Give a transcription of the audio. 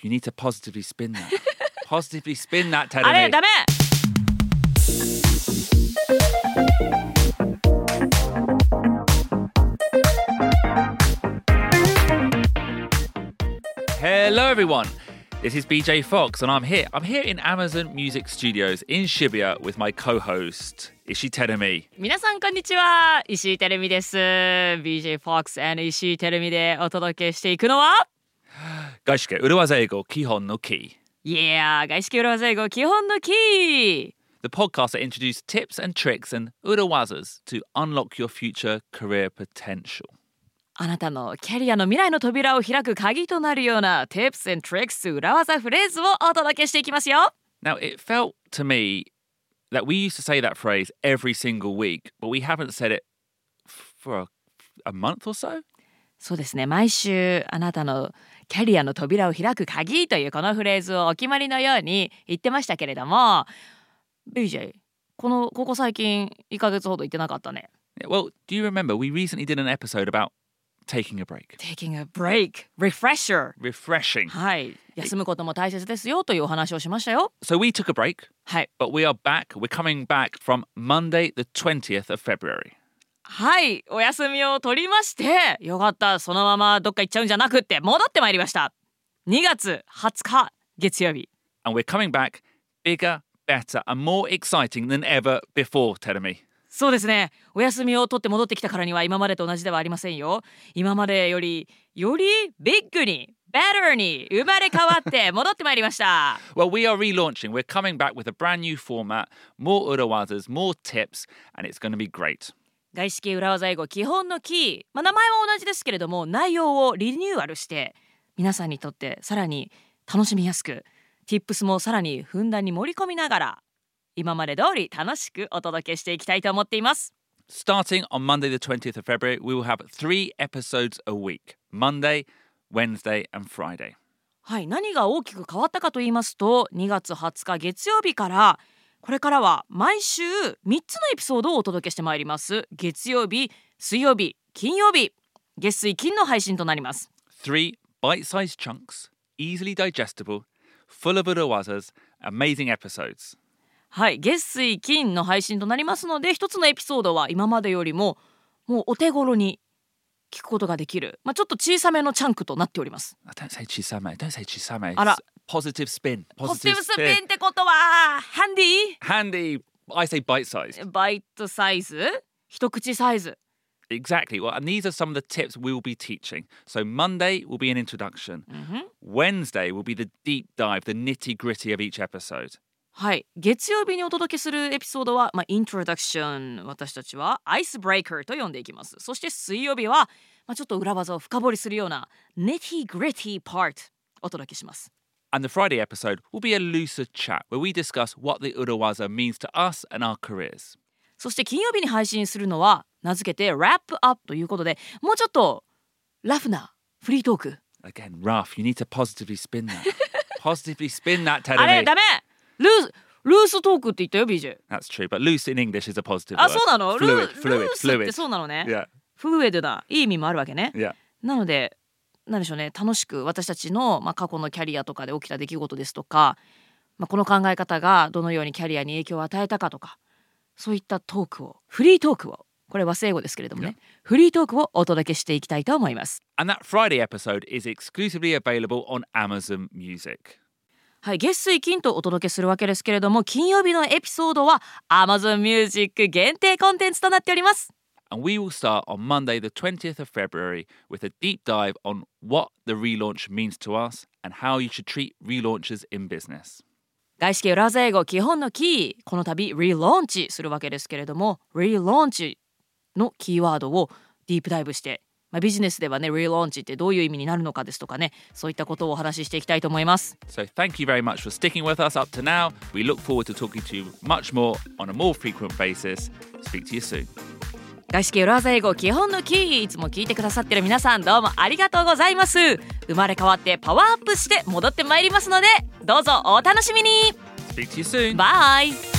You need to positively spin that. positively spin that, あれ Teddy. ダメ Hello, everyone. This is BJ Fox, and I'm here. I'm here in Amazon Music Studios in Shibuya with my co-host Ishi Terumi. 皆さんこんにちは石井てるみです BJ FOX and 石井てるみでお届けしていくのは外資系裏技英語基本のキー。いやー外資系裏技英語基本のキー The podcast that introduces tips and tricks and urawazas to unlock your future career potential. あなたのキャリアの未来の扉を開く鍵となるような Tips and Tricks 裏技フレーズをお届けしていきますよ Now, it felt to me that we used to say that phrase every single week, but we haven't said it for a, a month or so. そうですね毎週あなたのキャリアの扉を開く鍵というこのフレーズをお決まりのように言ってましたけれども BJ このここ最近1ヶ月ほど言ってなかったね Yeah, Well, do you remember we recently did an episode about taking a break, Taking a break refresher refreshing? はい休むことも大切ですよというお話をしましたよ So we took a break, はい but we are back. We're coming back from Monday, the 20th of February. はいお休みを取りましてよかったそのままどっか行っちゃうんじゃなくって戻ってまいりました2月20日月曜日 And we're coming back bigger, better, and more exciting than ever before, Teremi. そうですねお休みを取って戻ってきたからには今までと同じではありませんよ今までよりよりビッグに better に生まれ変わって戻ってまいりました Well, we are relaunching. We're coming back with a brand new format, more urawazas, more tips, and it's going to be great. 外資系裏技英語基本のキー、まあ、名前は同じですけれども内容をリニューアルして皆さんにとってさらに楽しみやすく Tips もさらにふんだんに盛り込みながら今まで通り楽しくお届けしていきたいと思っています。 Starting on Monday, the 20th of February, we will have three episodes a week Monday, Wednesday, and Friday. はい、何が大きく変わったかと言いますと2月20日月曜日からこれからは毎週3つのエピソードをお届けしてまいります月曜日水曜日金曜日月水金の配信となります Three bite sized chunks, easily digestible, full of urawazas, amazing episodes. はい月水金の配信となりますので一つのエピソードは今までよりももうお手頃に聞くことができる、まあ、ちょっと小さめのチャンクとなっております。 I Oh, don't say chisame, don't say chisame. Ara. It's Positive spin. ポジティ Positive ブス spin. ピンってことはハンディ Handy. I say bite sized. バイトサイズ一口サイズ Exactly. Well, and these are some of the tips we will be teaching. So Monday will be an introduction. Wednesday will be the deep dive, the nitty gritty of each episode. はい月曜日にお届けするエピソードは、まあ、イントロダクション私たちはアイスブレイカーと呼んでいきますそして水曜日は、まあ、ちょっと裏技を深掘りするようなネティグリティパートお届けします And the Friday episode will be a looser chat where we discuss what the Urawaza means to us and our careers. そして金曜日に配信するのは名付けてラップアップということでもうちょっとラフなフリートーク Again, Raf, you need to positively spin that. positively spin that, あれ Teddy. ダメルースルーストークって言ったよ BJ That's true, but loose in English is a positive あ word. そうなのルー Fluid, ル fluid, ースっ fluid. てそうなのね Yeah, フルエドないい意味もあるわけね yeah. なので何でしょうね楽しく私たちの、まあ、過去のキャリアとかで起きた出来事ですとか、まあ、この考え方がどのようにキャリアに影響を与えたかとかそういったトークをフリートークをこれ和製英語ですけれどもねフリートークをお届けしていきたいと思います。 And that Friday episode is exclusively available on Amazon Music. はい、月水金とお届けするわけですけれども金曜日のエピソードは Amazon Music 限定コンテンツとなっております。 And we will start on Monday, the 20th of February, with a deep dive on what the relaunch means to us and how you should treat relaunches in business. 外資系裏技英語基本のキーこの度リローンチするわけですけれどもリローンチのキーワードをディープダイブして、まあ、ビジネスではねリローンチってどういう意味になるのかですとかねそういったことをお話ししていきたいと思います So, thank you very much for sticking with us up to now. We look forward to talking to you much more on a more frequent basis. Speak to you soon. 外資系裏技英語基本のキーいつも聞いてくださってる皆さんどうもありがとうございます生まれ変わってパワーアップして戻ってまいりますのでどうぞお楽しみに Speak to you soon. バイ